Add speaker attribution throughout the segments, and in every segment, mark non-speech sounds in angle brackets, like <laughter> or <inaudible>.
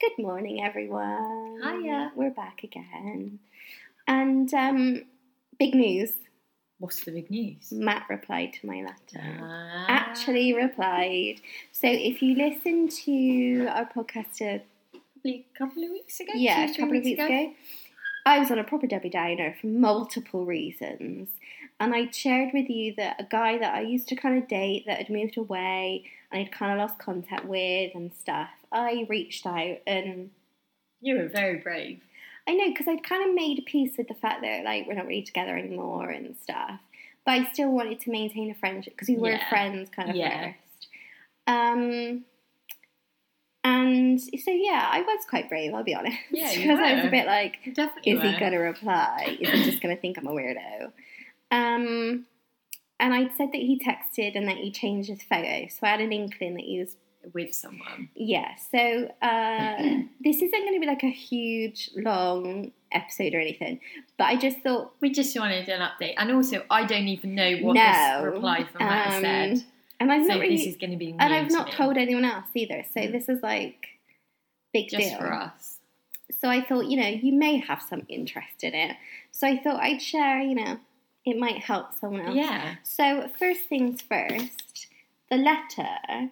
Speaker 1: Good morning, everyone.
Speaker 2: Hiya.
Speaker 1: We're back again. And um, big news
Speaker 2: What's the big news?
Speaker 1: Matt replied to my letter.
Speaker 2: Ah.
Speaker 1: Actually, replied. So if you listen to our podcast, uh,
Speaker 2: probably a couple of weeks ago.
Speaker 1: yeah,
Speaker 2: two,
Speaker 1: a
Speaker 2: three
Speaker 1: couple of weeks ago, I was on a proper Debbie Downer for multiple reasons. And I shared with you that a guy that I used to kind of date that had moved away and I'd kind of lost contact with and stuff, I reached out and
Speaker 2: You were very brave.
Speaker 1: I know because I'd kind of made peace with the fact that like we're not really together anymore and stuff, but I still wanted to maintain a friendship because we were
Speaker 2: Yeah.
Speaker 1: friends kind of
Speaker 2: Yeah.
Speaker 1: first. Um, and so yeah, I was quite brave. I'll be honest, <laughs>
Speaker 2: Yeah, you
Speaker 1: because I was a
Speaker 2: were.
Speaker 1: bit like,
Speaker 2: You definitely
Speaker 1: is he
Speaker 2: were.
Speaker 1: gonna reply? Is he just gonna think I'm a weirdo? Um, and I'd said that he texted and that he changed his photo, so I had an inkling that he was
Speaker 2: with someone?
Speaker 1: yeah, so uh, <clears throat> this isn't going to be like a huge long episode or anything, but I just thought,
Speaker 2: We just wanted an update, and also I don't even know what
Speaker 1: No.
Speaker 2: this reply from Matt
Speaker 1: Um,
Speaker 2: said.
Speaker 1: and I've
Speaker 2: So
Speaker 1: not
Speaker 2: this is
Speaker 1: really,
Speaker 2: going to be new
Speaker 1: and I've
Speaker 2: to
Speaker 1: not
Speaker 2: me,
Speaker 1: told anyone else either, so this is like big
Speaker 2: Mm. just
Speaker 1: deal.
Speaker 2: for us.
Speaker 1: So I thought, you know, you may have some interest in it, so I thought I'd share. You know, it might help someone else.
Speaker 2: Yeah,
Speaker 1: So first things first, the letter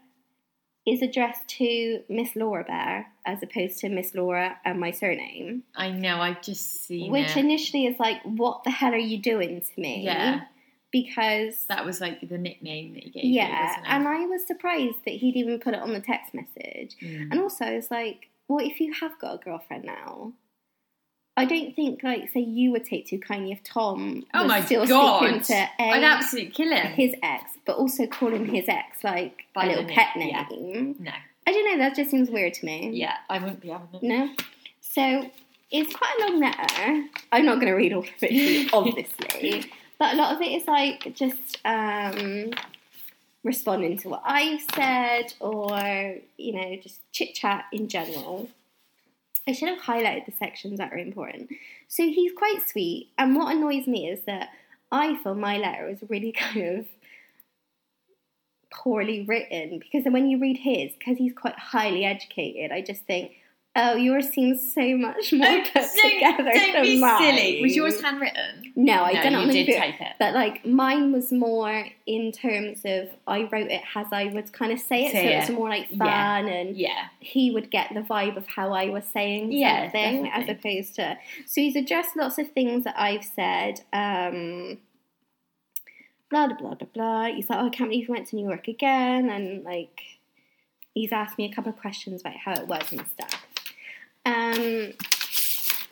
Speaker 1: is addressed to Miss Laura Bear as opposed to Miss Laura and my surname.
Speaker 2: I know. I've just seen
Speaker 1: Which
Speaker 2: it.
Speaker 1: initially is like, what the hell are you doing to me?
Speaker 2: yeah,
Speaker 1: Because,
Speaker 2: that was like the nickname that he gave. you,
Speaker 1: yeah.
Speaker 2: wasn't it?
Speaker 1: And I was surprised that he'd even put it on the text message.
Speaker 2: Mm.
Speaker 1: And also, it's like, well, if you have got a girlfriend now, I don't think, like, say you would take too kindly if Tom
Speaker 2: Oh
Speaker 1: was
Speaker 2: my
Speaker 1: still
Speaker 2: God.
Speaker 1: speaking to a,
Speaker 2: I'd absolutely kill him.
Speaker 1: his ex, but also calling his ex, like, a
Speaker 2: By the
Speaker 1: little
Speaker 2: name,
Speaker 1: pet
Speaker 2: yeah.
Speaker 1: name.
Speaker 2: no,
Speaker 1: I don't know, that just seems weird to me.
Speaker 2: yeah, I wouldn't be having it.
Speaker 1: No. So it's quite a long letter. I'm not going to read all of it, to you, obviously, but a lot of it is like just um, responding to what I've said, or you know, just chit chat in general. I should have highlighted the sections that are important. So he's quite sweet, and what annoys me is that I feel my letter was really <laughs> kind of poorly written because when you read his, because he's quite highly educated, I just think, oh, yours seems so much more
Speaker 2: Oh,
Speaker 1: put together than
Speaker 2: be
Speaker 1: mine.
Speaker 2: silly. Was yours handwritten?
Speaker 1: No, I
Speaker 2: no,
Speaker 1: didn't.
Speaker 2: you did type it.
Speaker 1: But like mine was more in terms of I wrote it as I would kind of say it,
Speaker 2: Say
Speaker 1: so
Speaker 2: it.
Speaker 1: it's more like
Speaker 2: Yeah.
Speaker 1: fun and
Speaker 2: Yeah,
Speaker 1: he would get the vibe of how I was saying
Speaker 2: Yeah,
Speaker 1: something as
Speaker 2: definitely.
Speaker 1: opposed to. So he's addressed lots of things that I've said. Um, blah blah blah blah blah. He's like, oh, I can't believe you went to New York again, and like, he's asked me a couple of questions about how it was and stuff. Um,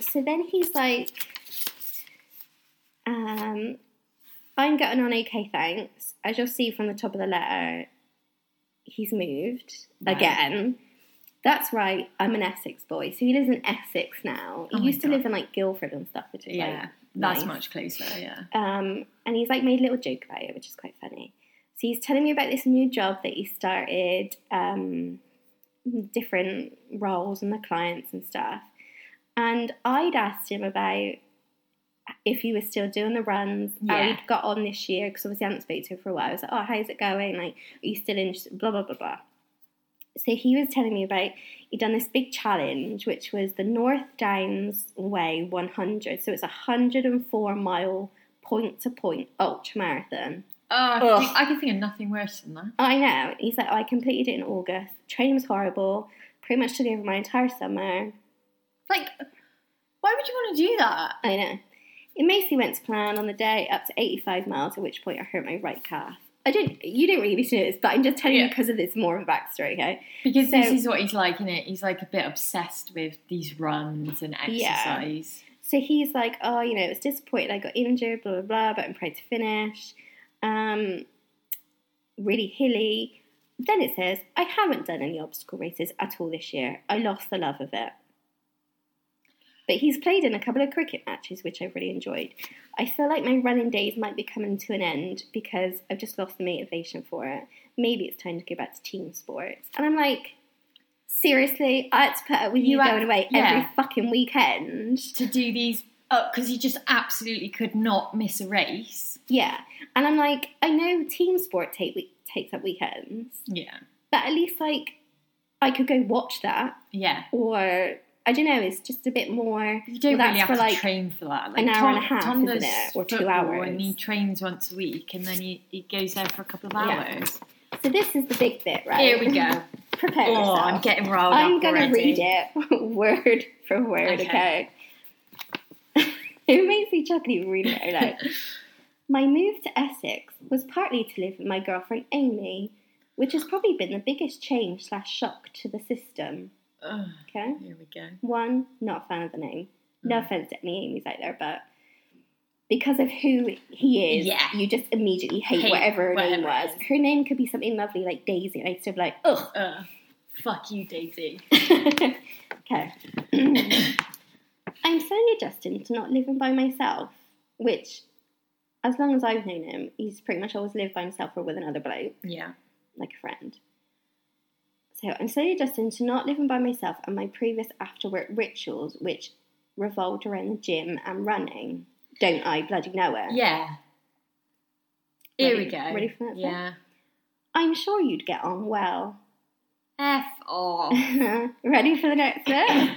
Speaker 1: so then he's like, um, I'm getting on okay, thanks. As you'll see from the top of the letter, he's moved
Speaker 2: Right.
Speaker 1: again. That's right, I'm an Essex boy. So he lives in Essex now. He
Speaker 2: Oh my
Speaker 1: used to
Speaker 2: God.
Speaker 1: live in like Guildford and stuff, which is
Speaker 2: yeah.
Speaker 1: like
Speaker 2: That's
Speaker 1: nice.
Speaker 2: much closer. Yeah.
Speaker 1: Um, and he's like made a little joke about it, which is quite funny. So he's telling me about this new job that he started, um, different roles and the clients and stuff. And I'd asked him about if he was still doing the runs, how
Speaker 2: Yeah.
Speaker 1: he'd got on this year, because obviously I hadn't spoken to him for a while. I was like, oh, how's it going? Like, are you still interested? Blah, blah, blah, blah. So he was telling me about he'd done this big challenge, which was the North Downs Way 100. So it's a 104 mile point to point ultra marathon.
Speaker 2: Oh, I
Speaker 1: Ugh.
Speaker 2: can, think, I can think of nothing worse than that.
Speaker 1: I know. He's like, oh, I completed it in August. Training was horrible. Pretty much took over my entire summer.
Speaker 2: Like, why would you want to do that?
Speaker 1: I know. It mostly went to plan on the day, up to 85 miles, at which point I hurt my right calf. I don't, you don't really need to know this, but I'm just telling you
Speaker 2: Yeah.
Speaker 1: because of this more of a backstory, okay?
Speaker 2: Because
Speaker 1: So-
Speaker 2: this is what he's like, innit? He's like a bit obsessed with these runs and exercise.
Speaker 1: So he's like, oh, you know, it was disappointed I got injured, blah, blah, blah, but I'm proud to finish. Um, really hilly. Then it says, I haven't done any obstacle races at all this year. I lost the love of it. But he's played in a couple of cricket matches, which I've really enjoyed. I feel like my running days might be coming to an end because I've just lost the motivation for it. Maybe it's time to go back to team sports. And I'm like, seriously, I had to put up with you,
Speaker 2: You had-
Speaker 1: going away every
Speaker 2: yeah.
Speaker 1: fucking weekend.
Speaker 2: To do these, because he just absolutely could not miss a race.
Speaker 1: Yeah, and I'm like, I know team sport take week, takes up weekends,
Speaker 2: Yeah.
Speaker 1: but at least like I could go watch that,
Speaker 2: Yeah.
Speaker 1: or I don't know. It's just a bit more.
Speaker 2: You don't
Speaker 1: well, that's
Speaker 2: really have
Speaker 1: for
Speaker 2: to
Speaker 1: like
Speaker 2: train for that. Like
Speaker 1: an hour and a
Speaker 2: Tom-
Speaker 1: half,
Speaker 2: Tom
Speaker 1: isn't
Speaker 2: does
Speaker 1: it? Or two
Speaker 2: football And
Speaker 1: hours.
Speaker 2: he trains once a week, and then he, he goes there for a couple of
Speaker 1: Yeah.
Speaker 2: hours.
Speaker 1: So this is the big bit, right?
Speaker 2: Here we go.
Speaker 1: <laughs> Prepare
Speaker 2: oh,
Speaker 1: yourself.
Speaker 2: I'm getting riled
Speaker 1: I'm
Speaker 2: up
Speaker 1: gonna
Speaker 2: already.
Speaker 1: read it <laughs> word for word.
Speaker 2: Okay.
Speaker 1: Okay. <laughs> it makes me chuckle even reading it
Speaker 2: <laughs>
Speaker 1: out loud. My move to Essex was partly to live with my girlfriend Amy, which has probably been the biggest change slash shock to the system.
Speaker 2: Ugh,
Speaker 1: Okay.
Speaker 2: here we go.
Speaker 1: One, not a fan of the name. No
Speaker 2: Mm.
Speaker 1: offense to any Amy's out there, but because of who he is,
Speaker 2: Yeah.
Speaker 1: you just immediately hate,
Speaker 2: Hate
Speaker 1: whatever her name
Speaker 2: whatever
Speaker 1: was.
Speaker 2: it is.
Speaker 1: Her name could be something lovely like Daisy, and I'd sort of
Speaker 2: <laughs>
Speaker 1: like, <laughs> ugh.
Speaker 2: Ugh, fuck you, Daisy.
Speaker 1: okay. <clears throat> I'm slowly adjusting to not living by myself, which, as long as I've known him, he's pretty much always lived by himself or with another bloke,
Speaker 2: Yeah.
Speaker 1: like a friend. So I'm slowly adjusting to not living by myself and my previous after work rituals, which revolved around the gym and running. Don't I bloody know it?
Speaker 2: Yeah. Here
Speaker 1: Ready-
Speaker 2: we go.
Speaker 1: ready for that bit?
Speaker 2: Yeah.
Speaker 1: I'm sure you'd get on well. <laughs>
Speaker 2: F off.
Speaker 1: Ready for the next
Speaker 2: <coughs>
Speaker 1: bit?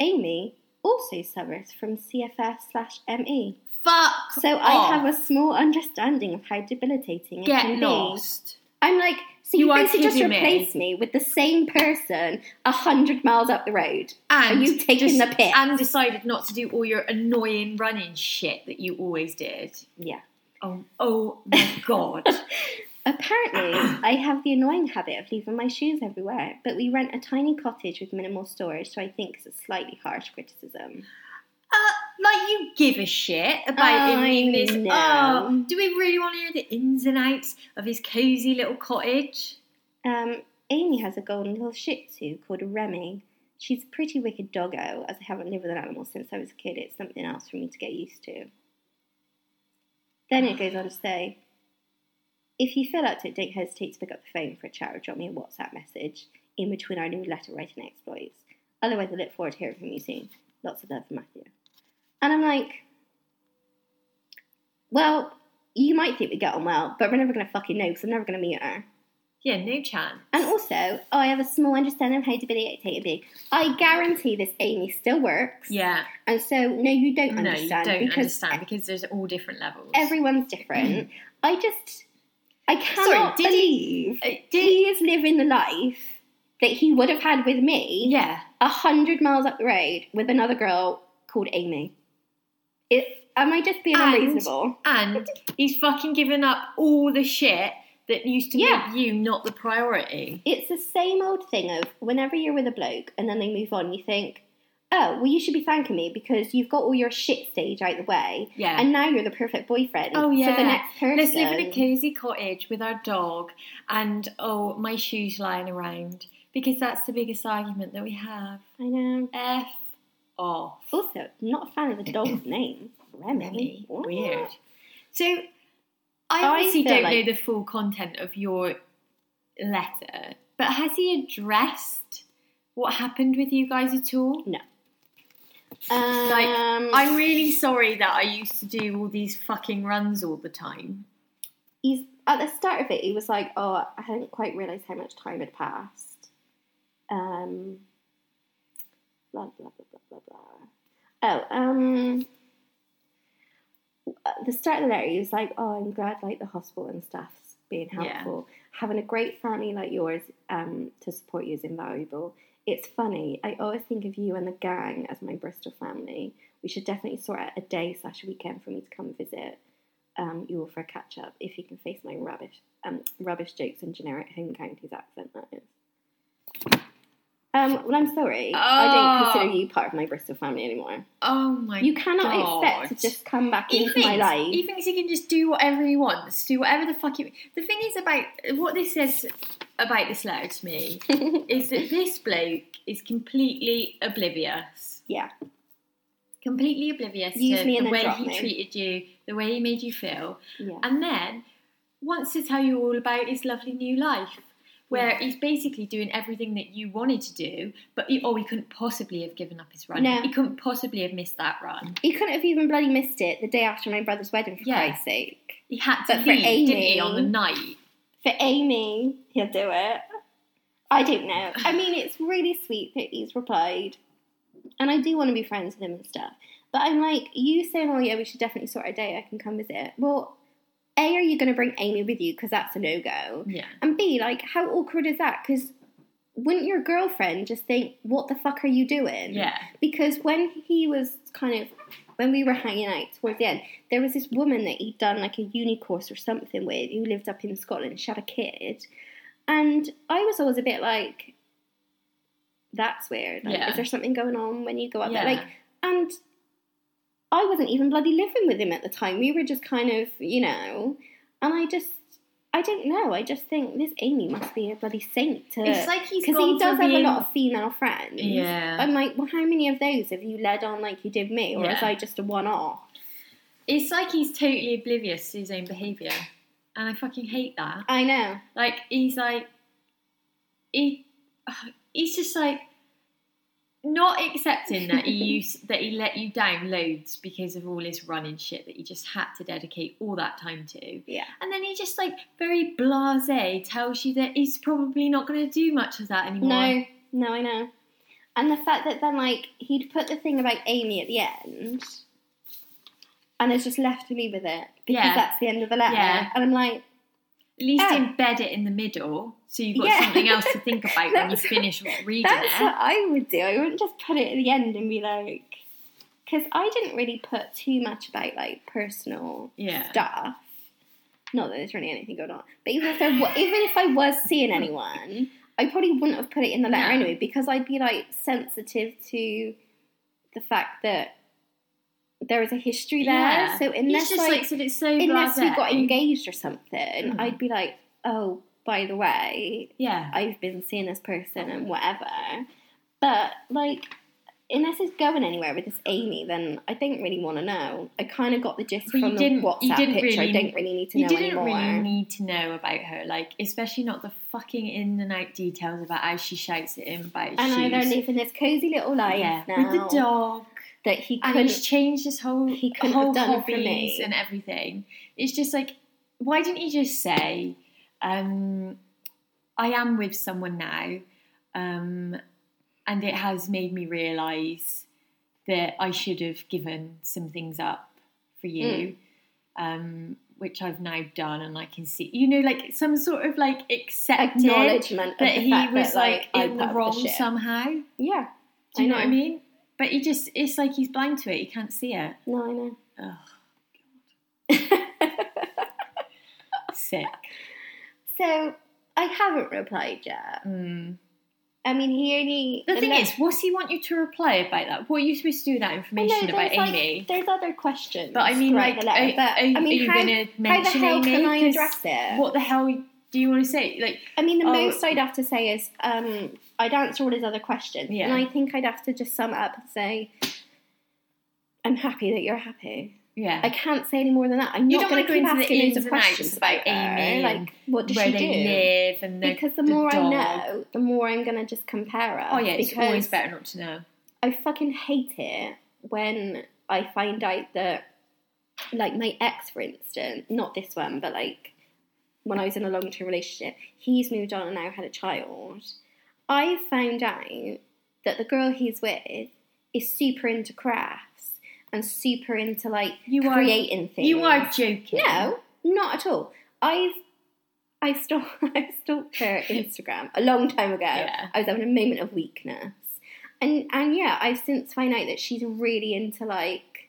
Speaker 1: Amy also suffers from CFS slash ME.
Speaker 2: Fuck.
Speaker 1: So
Speaker 2: off.
Speaker 1: I have a small understanding of how debilitating it
Speaker 2: get
Speaker 1: can
Speaker 2: lost.
Speaker 1: be. I'm like, so you,
Speaker 2: You are
Speaker 1: basically just
Speaker 2: kidding me.
Speaker 1: replace me. with the same person a hundred miles up the road.
Speaker 2: And
Speaker 1: Are you taking the piss?
Speaker 2: And decided not to do all your annoying running shit that you always did.
Speaker 1: Yeah.
Speaker 2: Oh, oh my <laughs> god.
Speaker 1: Apparently, I have the annoying habit of leaving my shoes everywhere, but we rent a tiny cottage with minimal storage, so I think it's a slightly harsh criticism.
Speaker 2: Uh, like you give a shit about him
Speaker 1: I
Speaker 2: leaving his.
Speaker 1: know.
Speaker 2: Oh, do we really want to hear the ins and outs of his cozy little cottage?
Speaker 1: Um, Amy has a golden little Shih Tzu called Remy. She's a pretty wicked doggo, as I haven't lived with an animal since I was a kid. It's something else for me to get used to. Then it goes on to say, if you feel up to it, don't hesitate to pick up the phone for a chat or drop me a WhatsApp message in between our new letter writing exploits. Otherwise, I look forward to hearing from you soon. Lots of love from Matthew. And I'm like, well, you might think we get on well, but we're never going to fucking know because I'm never going to meet her.
Speaker 2: Yeah, no chance.
Speaker 1: And also, I have a small understanding of how debilitating it be. I guarantee this Amy still works.
Speaker 2: Yeah,
Speaker 1: And so, no, you don't
Speaker 2: no, you
Speaker 1: understand.
Speaker 2: don't
Speaker 1: because e-
Speaker 2: understand because there's all different levels.
Speaker 1: Everyone's different. I just, I cannot
Speaker 2: did he-
Speaker 1: believe
Speaker 2: Uh,
Speaker 1: he, <laughs>
Speaker 2: did-
Speaker 1: is living the life that he would have had with me
Speaker 2: yeah,
Speaker 1: a hundred miles up the road with another girl called Amy. It, am I just being
Speaker 2: And-
Speaker 1: unreasonable?
Speaker 2: and he's fucking giving up all the shit that used to
Speaker 1: Yeah.
Speaker 2: make you not the priority.
Speaker 1: It's the same old thing of whenever you're with a bloke and then they move on, you think, oh, well, you should be thanking me because you've got all your shit stage out the way
Speaker 2: Yeah.
Speaker 1: and now you're the perfect boyfriend.
Speaker 2: Oh,
Speaker 1: For
Speaker 2: yeah.
Speaker 1: the next person.
Speaker 2: Let's live in a cozy cottage with our dog and oh, my shoes lying around because that's the biggest argument that we have.
Speaker 1: I know.
Speaker 2: F off.
Speaker 1: Also, not a fan of the dog's name. Remy.
Speaker 2: Remy.
Speaker 1: What?
Speaker 2: Weird. So I
Speaker 1: I
Speaker 2: obviously
Speaker 1: feel
Speaker 2: don't
Speaker 1: like-
Speaker 2: know the full content of your letter, but has he addressed what happened with you guys at all?
Speaker 1: Um,
Speaker 2: Like, I'm really sorry that I used to do all these fucking runs all the time.
Speaker 1: he's, at the start of it, he was like, oh, I hadn't quite realised how much time had passed. Um, blah, blah, blah, blah, blah, blah. Oh, um, at the start of the letter, he was like, "Oh, I'm glad like the hospital and staff's being
Speaker 2: Yeah.
Speaker 1: helpful. Having a great family like yours um, to support you is invaluable. It's funny. I always think of you and the gang as my Bristol family. We should definitely sort out a day slash weekend for me to come visit um, you all for a catch up if you can face my rubbish um, rubbish jokes and generic home counties accent that is." Um, well, I'm sorry. I
Speaker 2: Oh.
Speaker 1: don't consider you part of my Bristol family anymore.
Speaker 2: Oh my
Speaker 1: You cannot expect to
Speaker 2: God.
Speaker 1: just come back
Speaker 2: he
Speaker 1: into
Speaker 2: thinks,
Speaker 1: my life.
Speaker 2: He thinks he can just do whatever he wants, do whatever the fuck he. The thing is about what this says about this letter to me is that this bloke is completely oblivious,
Speaker 1: <laughs> yeah,
Speaker 2: completely oblivious
Speaker 1: Use
Speaker 2: to
Speaker 1: me and then
Speaker 2: the way
Speaker 1: drop
Speaker 2: he
Speaker 1: me.
Speaker 2: treated you, the way he made you feel,
Speaker 1: yeah.
Speaker 2: and then wants to tell you all about his lovely new life. Where
Speaker 1: Yeah.
Speaker 2: he's basically doing everything that you wanted to do, but he, oh, he couldn't possibly have given up his run.
Speaker 1: No.
Speaker 2: He couldn't possibly have missed that run.
Speaker 1: He couldn't have even bloody missed it the day after my brother's wedding, for
Speaker 2: Yeah.
Speaker 1: Christ's sake.
Speaker 2: He had to
Speaker 1: But for
Speaker 2: leave, didn't he,
Speaker 1: Amy-
Speaker 2: on the night?
Speaker 1: For Amy, he'll do it. I don't know. I mean, it's really sweet that he's replied, and I do want to be friends with him and stuff. But I'm like, you saying, "Oh yeah, we should definitely sort a day. I can come visit." Well, a, are you going to bring Amy with you? Because that's a no go.
Speaker 2: Yeah.
Speaker 1: And b, like, how awkward is that? Because wouldn't your girlfriend just think, "What the fuck are you doing?"
Speaker 2: Yeah.
Speaker 1: Because when he was kind of when we were hanging out towards the end, there was this woman that he'd done like a uni course or something with who lived up in Scotland. She had a kid. And I was always a bit like, that's weird. Like,
Speaker 2: Yeah.
Speaker 1: Is there something going on when you go up there?
Speaker 2: Yeah.
Speaker 1: Like, and I wasn't even bloody living with him at the time. We were just kind of, you know, and I just, I don't know. I just think this Amy must be a bloody saint to.
Speaker 2: It's like he's
Speaker 1: Because
Speaker 2: gone
Speaker 1: he does
Speaker 2: from
Speaker 1: have a
Speaker 2: being-
Speaker 1: lot of female friends.
Speaker 2: Yeah.
Speaker 1: I'm like, well, how many of those have you led on like you did me, or is
Speaker 2: Yeah.
Speaker 1: I just a one off?
Speaker 2: It's like he's totally oblivious to his own behaviour, and I fucking hate that.
Speaker 1: I know.
Speaker 2: Like he's like he <sighs> he's just like not
Speaker 1: <laughs>
Speaker 2: accepting that he used that he let you down loads because of all his running shit that he just had to dedicate all that time to.
Speaker 1: Yeah.
Speaker 2: And then he just like very blasé tells you that he's probably not going to do much of that anymore.
Speaker 1: No, no, I know. And the fact that then like he'd put the thing about Amy at the end, and has just left me with it because
Speaker 2: Yeah.
Speaker 1: that's the end of the letter.
Speaker 2: Yeah.
Speaker 1: And I'm like,
Speaker 2: At least
Speaker 1: Yeah.
Speaker 2: embed it in the middle so you've got
Speaker 1: Yeah.
Speaker 2: something else
Speaker 1: <laughs>
Speaker 2: to think about when you
Speaker 1: That's-
Speaker 2: finish reading
Speaker 1: that's
Speaker 2: it.
Speaker 1: what I would do. I wouldn't just put it at the end and be like, because I didn't really put too much about like personal
Speaker 2: Yeah.
Speaker 1: stuff. Not that there's really anything going on, but even if there, wa- even if I was seeing anyone, I probably wouldn't have put it in the letter
Speaker 2: No.
Speaker 1: anyway because I'd be like sensitive to the fact that there is a history there.
Speaker 2: Yeah.
Speaker 1: So
Speaker 2: He's
Speaker 1: unless
Speaker 2: just like,
Speaker 1: like,
Speaker 2: said it's so
Speaker 1: unless we
Speaker 2: blasé.
Speaker 1: got engaged or something,
Speaker 2: Mm.
Speaker 1: I'd be like, oh, by the way,
Speaker 2: Yeah.
Speaker 1: I've been seeing this person and whatever. But like, unless it's going anywhere with this Amy, then I don't really want to know. I kind of got the gist
Speaker 2: But you
Speaker 1: from the
Speaker 2: didn't-
Speaker 1: WhatsApp
Speaker 2: you didn't
Speaker 1: picture.
Speaker 2: really-
Speaker 1: I don't really need to
Speaker 2: You
Speaker 1: know
Speaker 2: didn't
Speaker 1: anymore.
Speaker 2: really need to know about her, like especially not the fucking in and out details about how she shouts at him about his
Speaker 1: and I
Speaker 2: shoes.
Speaker 1: they're living this cozy little life
Speaker 2: yeah,
Speaker 1: now
Speaker 2: with the dog.
Speaker 1: that he
Speaker 2: And he's
Speaker 1: couldn't.
Speaker 2: changed his whole
Speaker 1: he couldn't have
Speaker 2: whole
Speaker 1: done it for
Speaker 2: hobbies
Speaker 1: me.
Speaker 2: and everything. It's just like, why didn't he just say, um, "I am with someone now," um, and it has made me realise that I should have given some things up for you,
Speaker 1: Hmm.
Speaker 2: um, which I've now done, and I can see, you know, like some sort of like accepted
Speaker 1: Acknowledgement of
Speaker 2: that
Speaker 1: the
Speaker 2: he
Speaker 1: fact
Speaker 2: was
Speaker 1: that,
Speaker 2: like,
Speaker 1: I
Speaker 2: in
Speaker 1: put
Speaker 2: the
Speaker 1: up with
Speaker 2: wrong
Speaker 1: shit.
Speaker 2: somehow.
Speaker 1: Yeah,
Speaker 2: Do you know,
Speaker 1: I
Speaker 2: what I mean? But he just—it's like he's blind to it. He can't see it.
Speaker 1: no, I know. <laughs>
Speaker 2: Ugh. sick.
Speaker 1: So I haven't replied yet.
Speaker 2: Mm.
Speaker 1: I mean, he only
Speaker 2: The thing
Speaker 1: le-
Speaker 2: is, what's he want you to reply about that? What are you supposed to do with that
Speaker 1: Well,
Speaker 2: information about
Speaker 1: there's, like,
Speaker 2: Amy?
Speaker 1: there's other questions.
Speaker 2: But I mean,
Speaker 1: throughout
Speaker 2: like,
Speaker 1: the
Speaker 2: are,
Speaker 1: letter, but,
Speaker 2: are,
Speaker 1: I mean,
Speaker 2: you
Speaker 1: how,
Speaker 2: going to
Speaker 1: how the
Speaker 2: mention
Speaker 1: hell
Speaker 2: Amy?
Speaker 1: can I
Speaker 2: 'Cause
Speaker 1: address it?
Speaker 2: What the hell do you want to say? Like,
Speaker 1: I mean, the
Speaker 2: Oh.
Speaker 1: most I'd have to say is um, I'd answer all his other questions,
Speaker 2: Yeah.
Speaker 1: and I think I'd have to just sum it up and say, "I'm happy that you're happy."
Speaker 2: yeah,
Speaker 1: I can't say any more than that. I'm
Speaker 2: You
Speaker 1: not
Speaker 2: don't wanna
Speaker 1: going to keep
Speaker 2: go into the
Speaker 1: asking loads of
Speaker 2: ins and outs
Speaker 1: questions
Speaker 2: about
Speaker 1: about her,
Speaker 2: Amy and
Speaker 1: like what does
Speaker 2: where
Speaker 1: she
Speaker 2: they
Speaker 1: do?
Speaker 2: live and the,
Speaker 1: because the more I
Speaker 2: dog.
Speaker 1: know, the more I'm going to just compare us.
Speaker 2: Oh yeah, it's
Speaker 1: because
Speaker 2: always better not to know.
Speaker 1: I fucking hate it when I find out that, like, my ex, for instance, not this one, but like when I was in a long term relationship, he's moved on and now had a child. I found out that the girl he's with is super into crafts and super into like
Speaker 2: You are-
Speaker 1: creating things.
Speaker 2: You are joking.
Speaker 1: No, not at all. I've I stalked <laughs> I stalked her Instagram a long time ago.
Speaker 2: Yeah.
Speaker 1: I was having a moment of weakness, and and yeah, I've since found out that she's really into like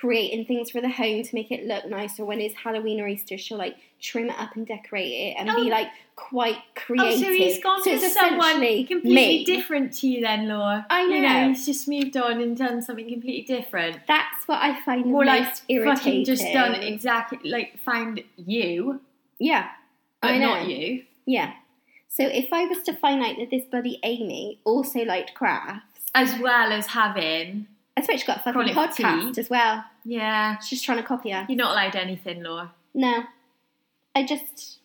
Speaker 1: creating things for the home to make it look nice. Or when it's Halloween or Easter, she'll like trim it up and decorate it and
Speaker 2: Oh.
Speaker 1: be like quite
Speaker 2: Oh,
Speaker 1: creative.
Speaker 2: so he's gone
Speaker 1: So
Speaker 2: to
Speaker 1: it's
Speaker 2: someone
Speaker 1: essentially
Speaker 2: completely
Speaker 1: me.
Speaker 2: different to you then, Laura.
Speaker 1: I
Speaker 2: You know,
Speaker 1: know.
Speaker 2: he's just moved on and done something completely different.
Speaker 1: That's what I find
Speaker 2: More
Speaker 1: the
Speaker 2: like
Speaker 1: most irritating.
Speaker 2: fucking just done exactly like found you,
Speaker 1: Yeah,
Speaker 2: but
Speaker 1: I know.
Speaker 2: not you.
Speaker 1: Yeah. So if I was to find out that this bloody Amy also liked crafts,
Speaker 2: As well as having
Speaker 1: I swear she's got a fucking
Speaker 2: Call it
Speaker 1: podcast
Speaker 2: tea.
Speaker 1: as well.
Speaker 2: yeah.
Speaker 1: She's trying to copy her.
Speaker 2: You're not allowed anything, Laura.
Speaker 1: No. I just.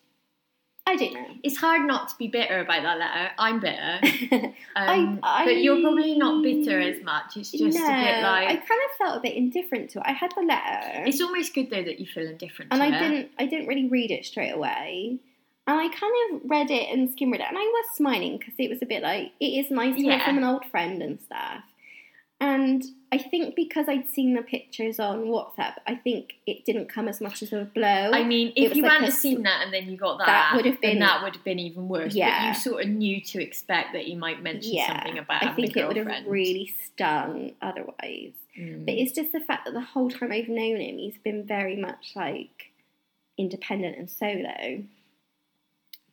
Speaker 1: I don't <laughs>
Speaker 2: It's hard not to be bitter about that letter. I'm bitter.
Speaker 1: know.
Speaker 2: Um,
Speaker 1: I-
Speaker 2: but you're probably not
Speaker 1: I-
Speaker 2: bitter as much. It's just
Speaker 1: no,
Speaker 2: a bit
Speaker 1: I
Speaker 2: like
Speaker 1: kind of felt a bit indifferent to it. I had the letter,
Speaker 2: it's almost good though that you feel indifferent
Speaker 1: and
Speaker 2: to
Speaker 1: I
Speaker 2: it.
Speaker 1: didn't. I didn't really read it straight away. And I kind of read it and skimmed it, and I was smiling because it was a bit like it is nice to hear
Speaker 2: Yeah.
Speaker 1: from an old friend and stuff. And I think because I'd seen the pictures on WhatsApp, I think it didn't come as much as a blow.
Speaker 2: I mean,
Speaker 1: It
Speaker 2: if
Speaker 1: was
Speaker 2: you
Speaker 1: like
Speaker 2: hadn't
Speaker 1: a s-
Speaker 2: seen that and then you got that,
Speaker 1: That would have
Speaker 2: then
Speaker 1: been-
Speaker 2: that would have been even worse. But
Speaker 1: Yeah.
Speaker 2: you sort of knew to expect that he might mention
Speaker 1: Yeah,
Speaker 2: something about
Speaker 1: I
Speaker 2: having
Speaker 1: think
Speaker 2: a
Speaker 1: it would
Speaker 2: girlfriend.
Speaker 1: have really stung otherwise.
Speaker 2: Mm.
Speaker 1: But it's just the fact that the whole time I've known him, he's been very much like independent and solo.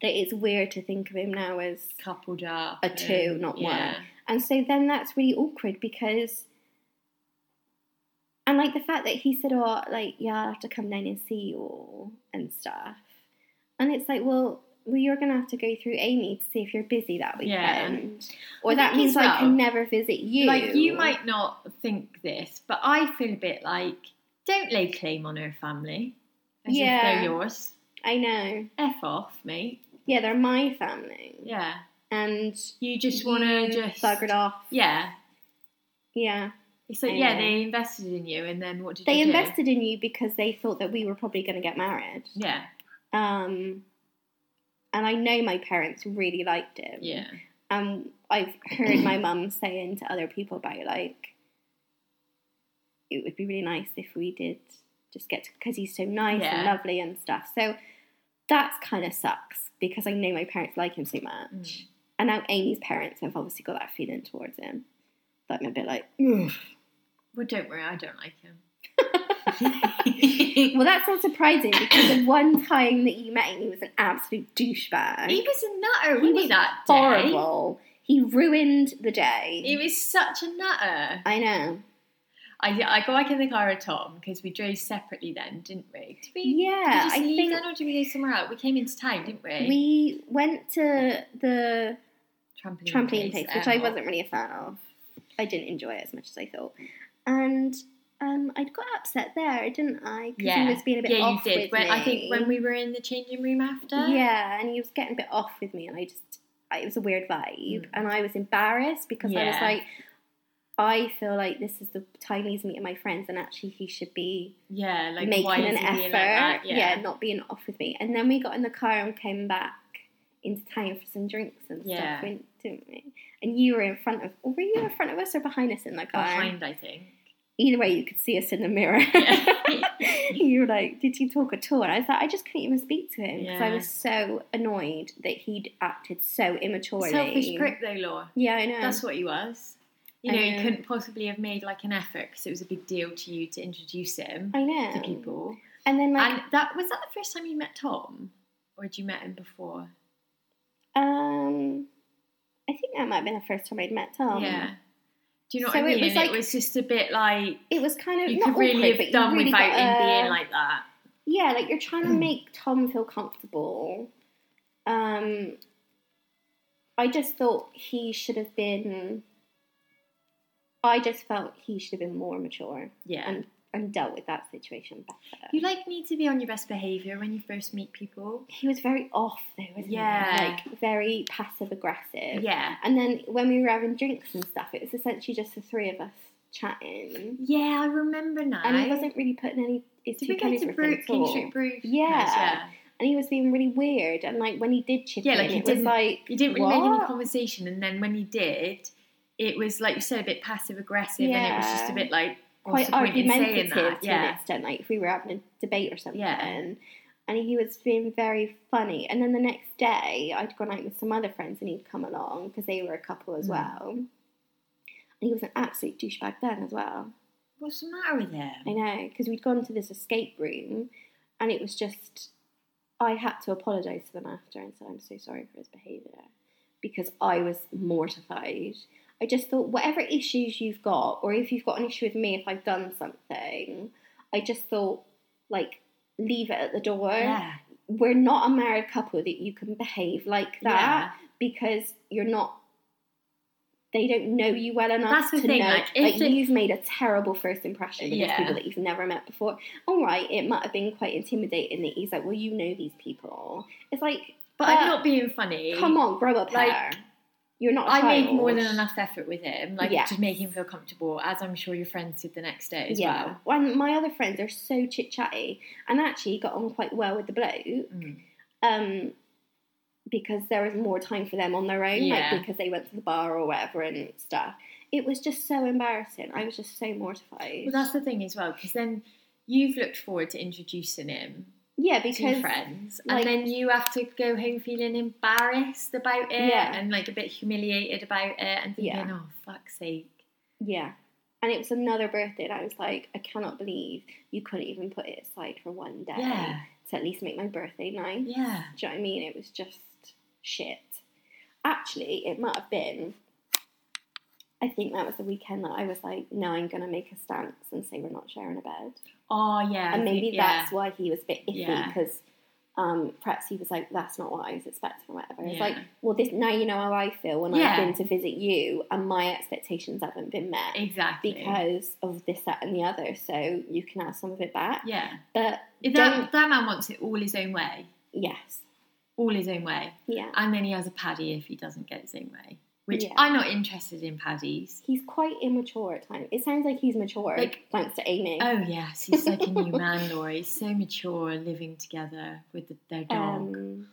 Speaker 1: That it's weird to think of him now as.
Speaker 2: coupled up
Speaker 1: A two,
Speaker 2: and-
Speaker 1: not
Speaker 2: yeah.
Speaker 1: one. And so then that's really awkward because. And like the fact that he said, oh, like, yeah, I'll have to come down and see you all and stuff. And it's like, well, well you're going to have to go through Amy to see if you're busy that
Speaker 2: Yeah.
Speaker 1: weekend. Or
Speaker 2: I
Speaker 1: that
Speaker 2: think
Speaker 1: means
Speaker 2: as
Speaker 1: I
Speaker 2: well,
Speaker 1: can never visit you.
Speaker 2: Like you might not think this, but I feel a bit like don't lay claim on her family. As
Speaker 1: Yeah.
Speaker 2: if they're yours.
Speaker 1: I know.
Speaker 2: F off, mate.
Speaker 1: Yeah, they're my family.
Speaker 2: Yeah.
Speaker 1: And
Speaker 2: You just wanna
Speaker 1: you
Speaker 2: just
Speaker 1: bugger it off.
Speaker 2: Yeah.
Speaker 1: Yeah.
Speaker 2: It's like
Speaker 1: I
Speaker 2: yeah,
Speaker 1: know.
Speaker 2: they invested in you and then what did
Speaker 1: They
Speaker 2: you do?
Speaker 1: invested in you because they thought that we were probably going to get married.
Speaker 2: Yeah,
Speaker 1: Um, and I know my parents really liked him.
Speaker 2: yeah.
Speaker 1: Um, I've heard my mum saying to other people about like, it would be really nice if we did just get because he's so nice and
Speaker 2: Yeah.
Speaker 1: lovely and stuff. So that's kind of sucks because I know my parents like him so much,
Speaker 2: Mm.
Speaker 1: and now Amy's parents have obviously got that feeling towards him. That I'm a bit like, "Ugh."
Speaker 2: Well don't worry, I don't like
Speaker 1: <laughs>
Speaker 2: him.
Speaker 1: well, that's not surprising because
Speaker 2: <coughs>
Speaker 1: the one time that you met him, he was an absolute douchebag.
Speaker 2: he was a nutter,
Speaker 1: He
Speaker 2: wasn't
Speaker 1: was
Speaker 2: he that day?
Speaker 1: horrible. He ruined the day.
Speaker 2: He was such a nutter.
Speaker 1: I know.
Speaker 2: I, I go back in the car with Tom because we drove separately then, didn't we? Did we Did we
Speaker 1: Yeah,
Speaker 2: just
Speaker 1: I
Speaker 2: leave
Speaker 1: think
Speaker 2: then, or did we go somewhere else? We came into town, didn't we?
Speaker 1: we went to the
Speaker 2: trampoline,
Speaker 1: trampoline place, which I
Speaker 2: um,
Speaker 1: wasn't really a fan of. I didn't enjoy it as much as I thought, and um, I got upset there, didn't I? Because
Speaker 2: Yeah.
Speaker 1: he was being a bit
Speaker 2: Yeah, you
Speaker 1: off
Speaker 2: did.
Speaker 1: with
Speaker 2: When,
Speaker 1: me.
Speaker 2: I think when we were in the changing room after.
Speaker 1: yeah, and he was getting a bit off with me, and I just I, it was a weird vibe,
Speaker 2: Mm.
Speaker 1: and I was embarrassed because I was
Speaker 2: Yeah.
Speaker 1: like, I feel like this is the time he's meeting my friends, and actually he should be
Speaker 2: Yeah, like
Speaker 1: making
Speaker 2: why
Speaker 1: an
Speaker 2: is he
Speaker 1: effort,
Speaker 2: being like that?
Speaker 1: yeah. not being off with me. And then we got in the car and came back into town for some drinks and
Speaker 2: Yeah.
Speaker 1: stuff, didn't- didn't we? And you were in front of, or were you in front of us or behind us in the car?
Speaker 2: Behind, I think. <laughs>
Speaker 1: Either way, you could see us in the mirror.
Speaker 2: Yeah.
Speaker 1: <laughs> you were like, "Did you talk at all?" And I was like, "I just couldn't even speak to him because I
Speaker 2: Yeah.
Speaker 1: was so annoyed that he'd acted so immaturely."
Speaker 2: Selfish prick, though, Laura.
Speaker 1: Yeah, I know.
Speaker 2: That's what he was. You
Speaker 1: I
Speaker 2: know, you
Speaker 1: know.
Speaker 2: couldn't possibly have made like an effort because it was a big deal to you to introduce him
Speaker 1: I know.
Speaker 2: to people.
Speaker 1: And then like,
Speaker 2: and that was that the first time you met Tom, or had you met him before?
Speaker 1: um, I think that might have been the first time I'd met Tom.
Speaker 2: yeah. Do you know
Speaker 1: so
Speaker 2: what I
Speaker 1: it
Speaker 2: mean?
Speaker 1: was
Speaker 2: And
Speaker 1: like-
Speaker 2: it was just a bit like
Speaker 1: It was kind of
Speaker 2: you
Speaker 1: not
Speaker 2: could really
Speaker 1: awkward, but
Speaker 2: have
Speaker 1: you
Speaker 2: done
Speaker 1: really
Speaker 2: without
Speaker 1: got,
Speaker 2: him
Speaker 1: uh,
Speaker 2: being like that.
Speaker 1: Yeah, like you're
Speaker 2: <clears throat>
Speaker 1: trying to make Tom feel comfortable. Um, I just thought he should have been. I just felt he should have been more mature
Speaker 2: Yeah.
Speaker 1: and and dealt with that situation better.
Speaker 2: You like need to be on your best behaviour when you first meet people.
Speaker 1: He was very off though, wasn't
Speaker 2: Yeah.
Speaker 1: he? Like very passive aggressive.
Speaker 2: Yeah.
Speaker 1: And then when we were having drinks and stuff, it was essentially just the three of us chatting,
Speaker 2: Yeah, I remember now.
Speaker 1: and he wasn't really putting any. His
Speaker 2: Did
Speaker 1: two
Speaker 2: we go
Speaker 1: pennies
Speaker 2: to
Speaker 1: worth in
Speaker 2: Brew,
Speaker 1: at
Speaker 2: King
Speaker 1: all.
Speaker 2: Street Brew?
Speaker 1: Yeah.
Speaker 2: House? yeah.
Speaker 1: and he was being really weird. And like when he did chip
Speaker 2: Yeah,
Speaker 1: in,
Speaker 2: like, he
Speaker 1: it was
Speaker 2: didn't-
Speaker 1: like
Speaker 2: You didn't really make any
Speaker 1: What?
Speaker 2: conversation, and then when you did, it was like you said, a bit passive aggressive, and it was just a
Speaker 1: Yeah.
Speaker 2: bit like
Speaker 1: quite
Speaker 2: what's the point in saying
Speaker 1: argumentative
Speaker 2: that?
Speaker 1: to an
Speaker 2: Yeah,
Speaker 1: extent. Like if we were having a debate or something,
Speaker 2: Yeah.
Speaker 1: and he was being very funny. And then the next day, I'd gone out with some other friends, and he'd come along because they were a couple as
Speaker 2: Mm.
Speaker 1: well. And he was an absolute douchebag then as well.
Speaker 2: what's the matter with him?
Speaker 1: I know because we'd gone to this escape room, and it was just. I had to apologise to them after and say I'm so sorry for his behaviour because I was mortified. I just thought whatever issues you've got, or if you've got an issue with me if I've done something, I just thought like leave it at the door.
Speaker 2: Yeah,
Speaker 1: We're not a married couple that you can behave like that because you're not. They don't know you well enough
Speaker 2: That's the
Speaker 1: to
Speaker 2: thing,
Speaker 1: know
Speaker 2: like, if it-
Speaker 1: you've made a terrible first impression against
Speaker 2: Yeah.
Speaker 1: people that you've never met before. All right, it might have been quite intimidating that he's like, "Well, you know these people." It's like,
Speaker 2: But,
Speaker 1: But-
Speaker 2: I'm not being funny.
Speaker 1: come on, grow up,
Speaker 2: Like,
Speaker 1: Claire. You're not. a
Speaker 2: I made more
Speaker 1: child.
Speaker 2: than enough effort with him, like
Speaker 1: Yeah.
Speaker 2: to make him feel comfortable, as I'm sure your friends did the next day as
Speaker 1: yeah.
Speaker 2: well.
Speaker 1: And my other friends are so chit chatty and actually got on quite well with the bloke.
Speaker 2: Mm.
Speaker 1: Um, because there was more time for them on their own,
Speaker 2: Yeah.
Speaker 1: like because they went to the bar or whatever and stuff. It was just so embarrassing. I was just so mortified.
Speaker 2: Well, that's the thing as well, because then you've looked forward to introducing him
Speaker 1: yeah,
Speaker 2: to your
Speaker 1: because
Speaker 2: friends,
Speaker 1: like-
Speaker 2: and then you have to go home feeling embarrassed about it
Speaker 1: Yeah.
Speaker 2: and like a bit humiliated about it, and thinking,
Speaker 1: Yeah.
Speaker 2: "Oh, fuck's sake."
Speaker 1: yeah, and it was another birthday, and I was like, I cannot believe you couldn't even put it aside for one day
Speaker 2: Yeah,
Speaker 1: to at least make my birthday nice.
Speaker 2: yeah.
Speaker 1: Do you know what I mean? It was just shit. Actually, it might have been. I think that was the weekend that I was like, no, I'm going to make a stance and say we're not sharing a bed.
Speaker 2: Oh, yeah. I
Speaker 1: and maybe
Speaker 2: think- yeah.
Speaker 1: that's why he was a bit iffy
Speaker 2: Yeah.
Speaker 1: because um, perhaps he was like, that's not what I was expecting or whatever. It's
Speaker 2: Yeah.
Speaker 1: like, well, this now you know how I feel when
Speaker 2: Yeah.
Speaker 1: I've been to visit you and my expectations haven't been met
Speaker 2: exactly
Speaker 1: because of this, that, and the other. So you can have some of it back.
Speaker 2: yeah.
Speaker 1: But
Speaker 2: If
Speaker 1: Don't-
Speaker 2: that that man wants it all his own way,
Speaker 1: yes,
Speaker 2: all his own way,
Speaker 1: yeah,
Speaker 2: and then he has a paddy if he doesn't get his own way, which
Speaker 1: Yeah.
Speaker 2: I'm not interested in paddies.
Speaker 1: he's quite immature at times. It sounds like he's mature,
Speaker 2: Like-
Speaker 1: thanks to Amy.
Speaker 2: Oh yes, he's like a new man, Laura. He's so mature, living together with the, their dog.
Speaker 1: <laughs> Um,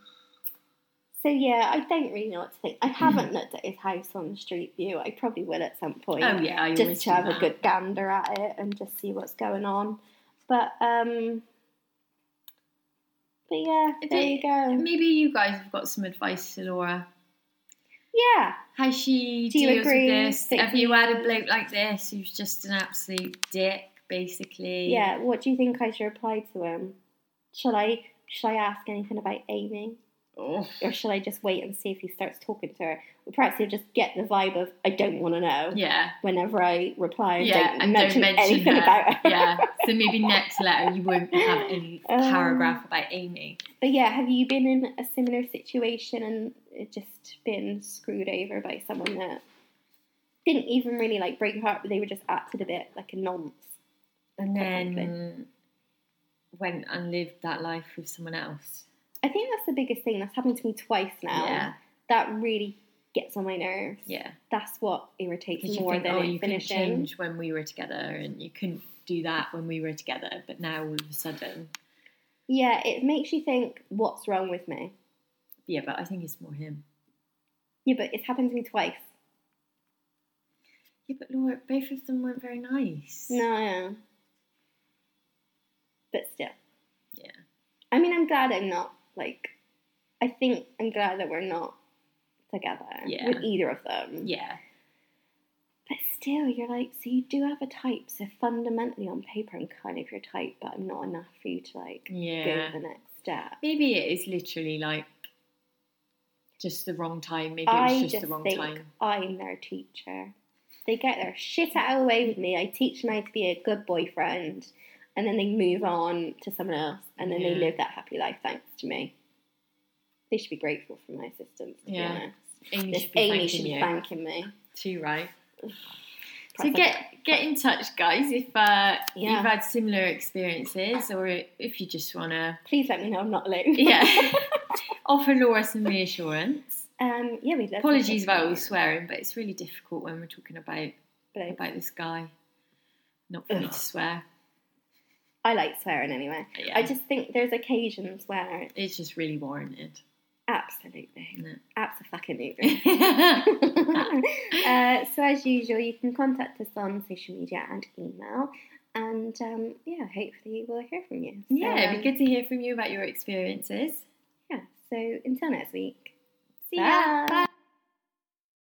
Speaker 1: so yeah, I don't really know what to think. I haven't looked at his house on Street View. I probably will at some point.
Speaker 2: oh yeah, I always
Speaker 1: just to
Speaker 2: do
Speaker 1: have a
Speaker 2: that.
Speaker 1: good gander at it and just see what's going on. But um, but yeah,
Speaker 2: It
Speaker 1: there
Speaker 2: did-
Speaker 1: you go.
Speaker 2: Maybe you guys have got some advice to Laura.
Speaker 1: Yeah,
Speaker 2: How she
Speaker 1: Do you
Speaker 2: deals
Speaker 1: agree
Speaker 2: with this?
Speaker 1: that
Speaker 2: Have you
Speaker 1: he-
Speaker 2: had a bloke like this who's just an absolute dick, basically?
Speaker 1: yeah. What do you think I should reply to him? Shall I? Shall I ask anything about Amy,
Speaker 2: Oh.
Speaker 1: or shall I just wait and see if he starts talking to her? Or perhaps he'll just get the vibe of I don't want to know.
Speaker 2: Yeah.
Speaker 1: Whenever I reply, and
Speaker 2: yeah,
Speaker 1: don't, mention anything
Speaker 2: her.
Speaker 1: about her.
Speaker 2: yeah. So maybe next letter you won't have any
Speaker 1: <laughs> Um,
Speaker 2: paragraph about Amy.
Speaker 1: But yeah, have you been in a similar situation and it just been screwed over by someone that didn't even really like break your heart, but they were just acted a bit like a nonce?
Speaker 2: And
Speaker 1: Definitely.
Speaker 2: then went and lived that life with someone else.
Speaker 1: I think that's the biggest thing that's happened to me twice now.
Speaker 2: Yeah.
Speaker 1: That really gets on my nerves.
Speaker 2: Yeah.
Speaker 1: That's what irritates
Speaker 2: Because you
Speaker 1: more
Speaker 2: think,
Speaker 1: than
Speaker 2: oh,
Speaker 1: it
Speaker 2: you couldn't
Speaker 1: finishing.
Speaker 2: change when we were together and you couldn't do that when we were together, but now all of a sudden.
Speaker 1: Yeah, it makes you think, what's wrong with me?
Speaker 2: Yeah, but I think it's more him.
Speaker 1: Yeah, but it's happened to me twice.
Speaker 2: Yeah, but Laura, both of them weren't very nice.
Speaker 1: No, yeah. But still.
Speaker 2: Yeah.
Speaker 1: I mean, I'm glad I'm not, like, I think I'm glad that we're not together
Speaker 2: Yeah.
Speaker 1: with either of them.
Speaker 2: Yeah.
Speaker 1: But still, you're like, so you do have a type, so fundamentally on paper, I'm kind of your type, but I'm not enough for you to, like,
Speaker 2: Yeah.
Speaker 1: go the next step.
Speaker 2: Maybe it is literally like just the wrong time. Maybe
Speaker 1: I
Speaker 2: it's just,
Speaker 1: just
Speaker 2: the wrong
Speaker 1: think
Speaker 2: time.
Speaker 1: I'm their teacher. They get their shit out of the way with me. I teach them how to be a good boyfriend, and then they move on to someone else, and then they
Speaker 2: Yeah.
Speaker 1: live that happy life thanks to me. They should be grateful for my assistance. To
Speaker 2: Yeah.
Speaker 1: be honest,
Speaker 2: Amy
Speaker 1: This
Speaker 2: should be
Speaker 1: Amy
Speaker 2: thanking
Speaker 1: should be
Speaker 2: you.
Speaker 1: thanking me.
Speaker 2: Too right. So
Speaker 1: Perhaps I-
Speaker 2: get get in touch, guys, if uh,
Speaker 1: Yeah.
Speaker 2: you've had similar experiences, or if you just wanna,
Speaker 1: please let me know I'm not alone.
Speaker 2: yeah, <laughs> offer Laura some reassurance.
Speaker 1: <laughs> um, yeah, we'd love. to-
Speaker 2: Apologies about all the swearing, but it's really difficult when we're talking about
Speaker 1: But
Speaker 2: about this guy. Not for me to swear.
Speaker 1: I like swearing anyway.
Speaker 2: But yeah,
Speaker 1: I just think there's occasions where
Speaker 2: it's just really warranted.
Speaker 1: absolutely,
Speaker 2: Isn't
Speaker 1: absolutely.
Speaker 2: it?
Speaker 1: <laughs> uh, so as usual, you can contact us on social media and email, and um, yeah, hopefully we'll hear from you. So,
Speaker 2: yeah, it'd
Speaker 1: um,
Speaker 2: be good to hear from you about your experiences.
Speaker 1: Yeah. So until next week.
Speaker 2: See ya.
Speaker 1: Bye.